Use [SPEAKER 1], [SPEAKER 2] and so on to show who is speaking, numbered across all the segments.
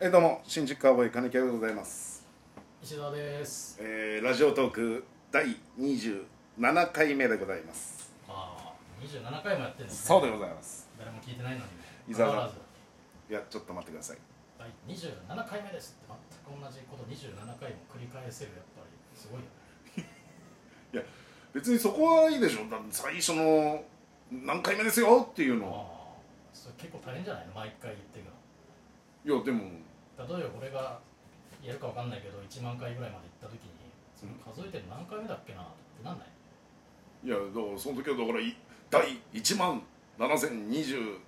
[SPEAKER 1] えどうも新宿カーボーイ金木でございます、
[SPEAKER 2] 石田です
[SPEAKER 1] えー、ラジオトーク第27回目でございます
[SPEAKER 2] ああ27回もやってるんです
[SPEAKER 1] そうでございます
[SPEAKER 2] 誰も聞いてないのに
[SPEAKER 1] 伊沢さん
[SPEAKER 2] わず
[SPEAKER 1] いやちょっと待ってください
[SPEAKER 2] はい27回目ですって全く同じこと27回も繰り返せるやっぱりすごいよね
[SPEAKER 1] いや別にそこはいいでしょだって最初の何回目ですよっていうの
[SPEAKER 2] ああそれ結構大変じゃないの毎回言っていくの
[SPEAKER 1] いやでも
[SPEAKER 2] 例えば俺がやるかわかんないけど1万回ぐらいまで行った時にその数えてる何回目だっけなってなんない
[SPEAKER 1] いやだからその時はだからい第1万7027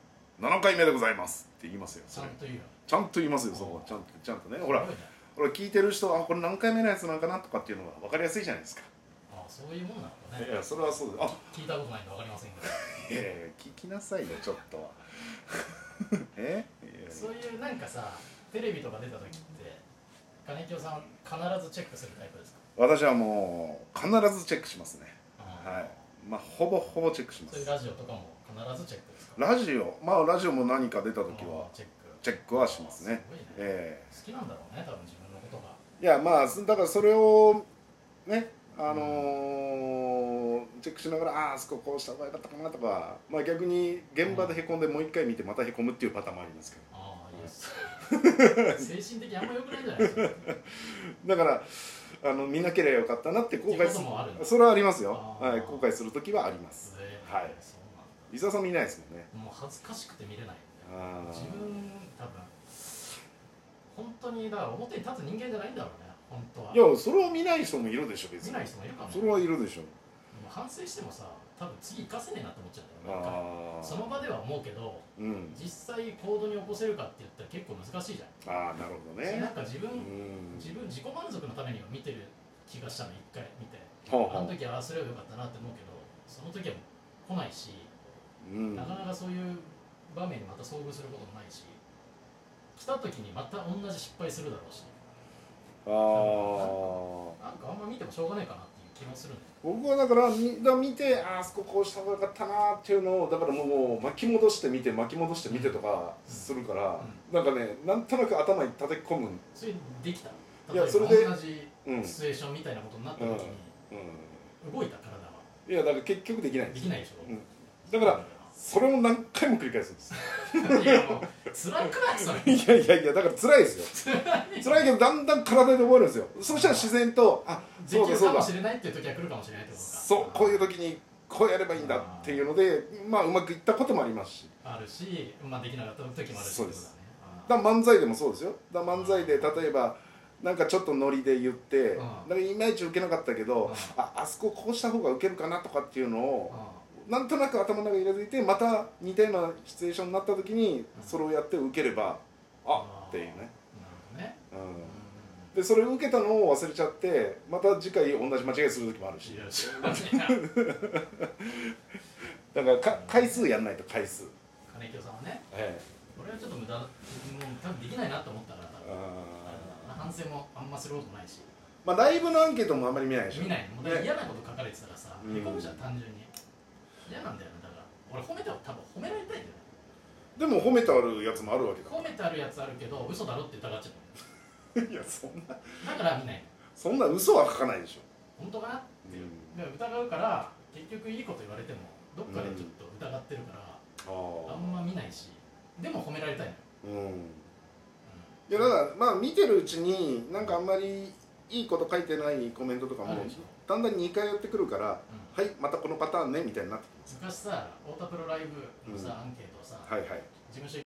[SPEAKER 1] 回目でございますって言いますよ
[SPEAKER 2] ち
[SPEAKER 1] そ
[SPEAKER 2] ゃ
[SPEAKER 1] れ
[SPEAKER 2] んと言うよ
[SPEAKER 1] ちゃんと言いますよそこはちゃんとちゃんとねほら
[SPEAKER 2] すごいね
[SPEAKER 1] ほら聞いてる人あこれ何回目のやつなんかなとかっていうのが分かりやすいじゃないですか
[SPEAKER 2] ああそういうもんなの
[SPEAKER 1] い
[SPEAKER 2] ね
[SPEAKER 1] やそれはそうですあ
[SPEAKER 2] 聞いたことないんでわかりませんけど
[SPEAKER 1] いやいや聞きなさいよちょっとはえいやいや
[SPEAKER 2] そういうなんかさテレビとか出た時って金清さん必ずチェックするタイプですか、
[SPEAKER 1] 私はもう必ずチェックしますねはいまあほぼほぼチェックしま
[SPEAKER 2] そういう
[SPEAKER 1] す
[SPEAKER 2] ラジオとかも必ずチェックですか
[SPEAKER 1] ラジオまあラジオも何か出た時は
[SPEAKER 2] チェック
[SPEAKER 1] チェックはしますね
[SPEAKER 2] すごいね
[SPEAKER 1] え
[SPEAKER 2] 好きなんだろうね多分自分のことが
[SPEAKER 1] えいやまあすだからそれをねあのーチェックしながらあああそここうした方が良かったかなとかまあ逆に現場でへこんでもう一回見てまたへこむっていうパターンもありますけど
[SPEAKER 2] ああいいです 精神的にあんま良くないん じゃないですか
[SPEAKER 1] だからあの見なければよかったなって後悔
[SPEAKER 2] っていうこ
[SPEAKER 1] す
[SPEAKER 2] ともあるんだ
[SPEAKER 1] それはありますよ、
[SPEAKER 2] あー
[SPEAKER 1] はい、後悔する時はありますはい
[SPEAKER 2] そうなん
[SPEAKER 1] 伊沢さん見ないですもんね
[SPEAKER 2] だもう恥ずかしくて見れないんだ
[SPEAKER 1] あ
[SPEAKER 2] よ
[SPEAKER 1] ー
[SPEAKER 2] 自分多分本当にだから表に立つ人間じゃないんだろうね本当はい
[SPEAKER 1] やそれは見ない人もいるでしょ別に
[SPEAKER 2] 見ない人もいるかもね
[SPEAKER 1] それはいるでしょ
[SPEAKER 2] でも反省してもさ多分次活かせねえなって思っちゃうんだよなんか
[SPEAKER 1] ああ
[SPEAKER 2] その場では思うけど
[SPEAKER 1] うん
[SPEAKER 2] 実際行動に起こせるかって言ったら結構難しいじゃん、
[SPEAKER 1] ああなるほど
[SPEAKER 2] それな
[SPEAKER 1] ね
[SPEAKER 2] んか自分、
[SPEAKER 1] うん
[SPEAKER 2] 自分自己満足のためには見てる気がしたの一回見て
[SPEAKER 1] ほう
[SPEAKER 2] あの
[SPEAKER 1] ほ
[SPEAKER 2] 時はああすればよかったなって思うけどその時は来ないし、
[SPEAKER 1] ううん
[SPEAKER 2] なかなかそういう場面にまた遭遇することもないし来た時にまた同じ失敗するだろうし
[SPEAKER 1] ああ
[SPEAKER 2] なんかあんま見てもしょうがないかなっていう気もするんだよ
[SPEAKER 1] 僕はだからみだから見てああそここうした方がよかったなっていうのをだからもう巻き戻して見て巻き戻して見てとかするから、なんかねなんとなく頭に叩き込む
[SPEAKER 2] それできた
[SPEAKER 1] いや
[SPEAKER 2] 例えば
[SPEAKER 1] それで
[SPEAKER 2] 同じ
[SPEAKER 1] うん
[SPEAKER 2] シチュエーションみたいなことになった時に
[SPEAKER 1] う
[SPEAKER 2] 動いた体は
[SPEAKER 1] んいやだから結局できないんで
[SPEAKER 2] ですきないでしょ、
[SPEAKER 1] うんだからそれを何回も繰り返すんです
[SPEAKER 2] いやもう辛くないそ れ
[SPEAKER 1] いやいやいやだから辛いですよ辛いけどだんだん体で覚えるんですよそしたら自然とあ
[SPEAKER 2] で
[SPEAKER 1] そう
[SPEAKER 2] き
[SPEAKER 1] だ
[SPEAKER 2] る
[SPEAKER 1] そ
[SPEAKER 2] か
[SPEAKER 1] う
[SPEAKER 2] も
[SPEAKER 1] だ
[SPEAKER 2] しれないっていう時は来るかもしれないってことか
[SPEAKER 1] そうこういう時にこうやればいいんだっていうのでまあうまくいったこともありますし
[SPEAKER 2] あるし、まあ、できなかった時もあるし
[SPEAKER 1] そうです
[SPEAKER 2] ってこと
[SPEAKER 1] だ
[SPEAKER 2] だね
[SPEAKER 1] から漫才でもそうですよだから漫才で例えばなんかちょっとノリで言って
[SPEAKER 2] うん
[SPEAKER 1] なんかいまいち受けなかったけ
[SPEAKER 2] う
[SPEAKER 1] ど
[SPEAKER 2] ん
[SPEAKER 1] ああそここうした方が受けるかなとかっていうの
[SPEAKER 2] あ
[SPEAKER 1] を
[SPEAKER 2] あ
[SPEAKER 1] なんとなく頭の中に入れていてまた似たようなシチュエーションになった時にそれをやって受ければあっていうね、
[SPEAKER 2] なるほどね、
[SPEAKER 1] うん、
[SPEAKER 2] う
[SPEAKER 1] でそれを受けたのを忘れちゃってまた次回同じ間違いする時もある
[SPEAKER 2] ん、
[SPEAKER 1] し
[SPEAKER 2] いやしょうがねえな金
[SPEAKER 1] だからか回数やんないと回数
[SPEAKER 2] 清さんはね
[SPEAKER 1] え
[SPEAKER 2] 俺はちょっと無駄もう多分できないなと思ったから
[SPEAKER 1] え
[SPEAKER 2] 多分あれだな反省もあんますることないし
[SPEAKER 1] まあライブのアンケートもあんまり見ないでしょ
[SPEAKER 2] 見ないもうだから
[SPEAKER 1] ね
[SPEAKER 2] 嫌なこと書かれてたらさ
[SPEAKER 1] うん
[SPEAKER 2] へこむじゃん単純に嫌なんだよねだから俺褒めては多分褒められたいんだよね
[SPEAKER 1] でも褒めてあるやつもあるわけ
[SPEAKER 2] 褒めてあるやつあるけど嘘だろって疑っちゃう
[SPEAKER 1] だ いやそんな
[SPEAKER 2] だから見ない
[SPEAKER 1] そんな嘘は書かないでしょ
[SPEAKER 2] 本当かなっていううんだから疑うから結局いいこと言われてもどっかでちょっと疑ってるから、あんま見ないしでも褒められたいのよ、
[SPEAKER 1] うん
[SPEAKER 2] う
[SPEAKER 1] いやだからまあ見てるうちになんかあんまりいいこと書いてないコメントとか
[SPEAKER 2] あ
[SPEAKER 1] も
[SPEAKER 2] るでしょ
[SPEAKER 1] だんだん2回寄ってくるから
[SPEAKER 2] ん
[SPEAKER 1] はいまたこのパターンねみたいになってきます
[SPEAKER 2] うん昔さ太田プロライブのさ、アンケートをさ、
[SPEAKER 1] はいはい
[SPEAKER 2] 事務所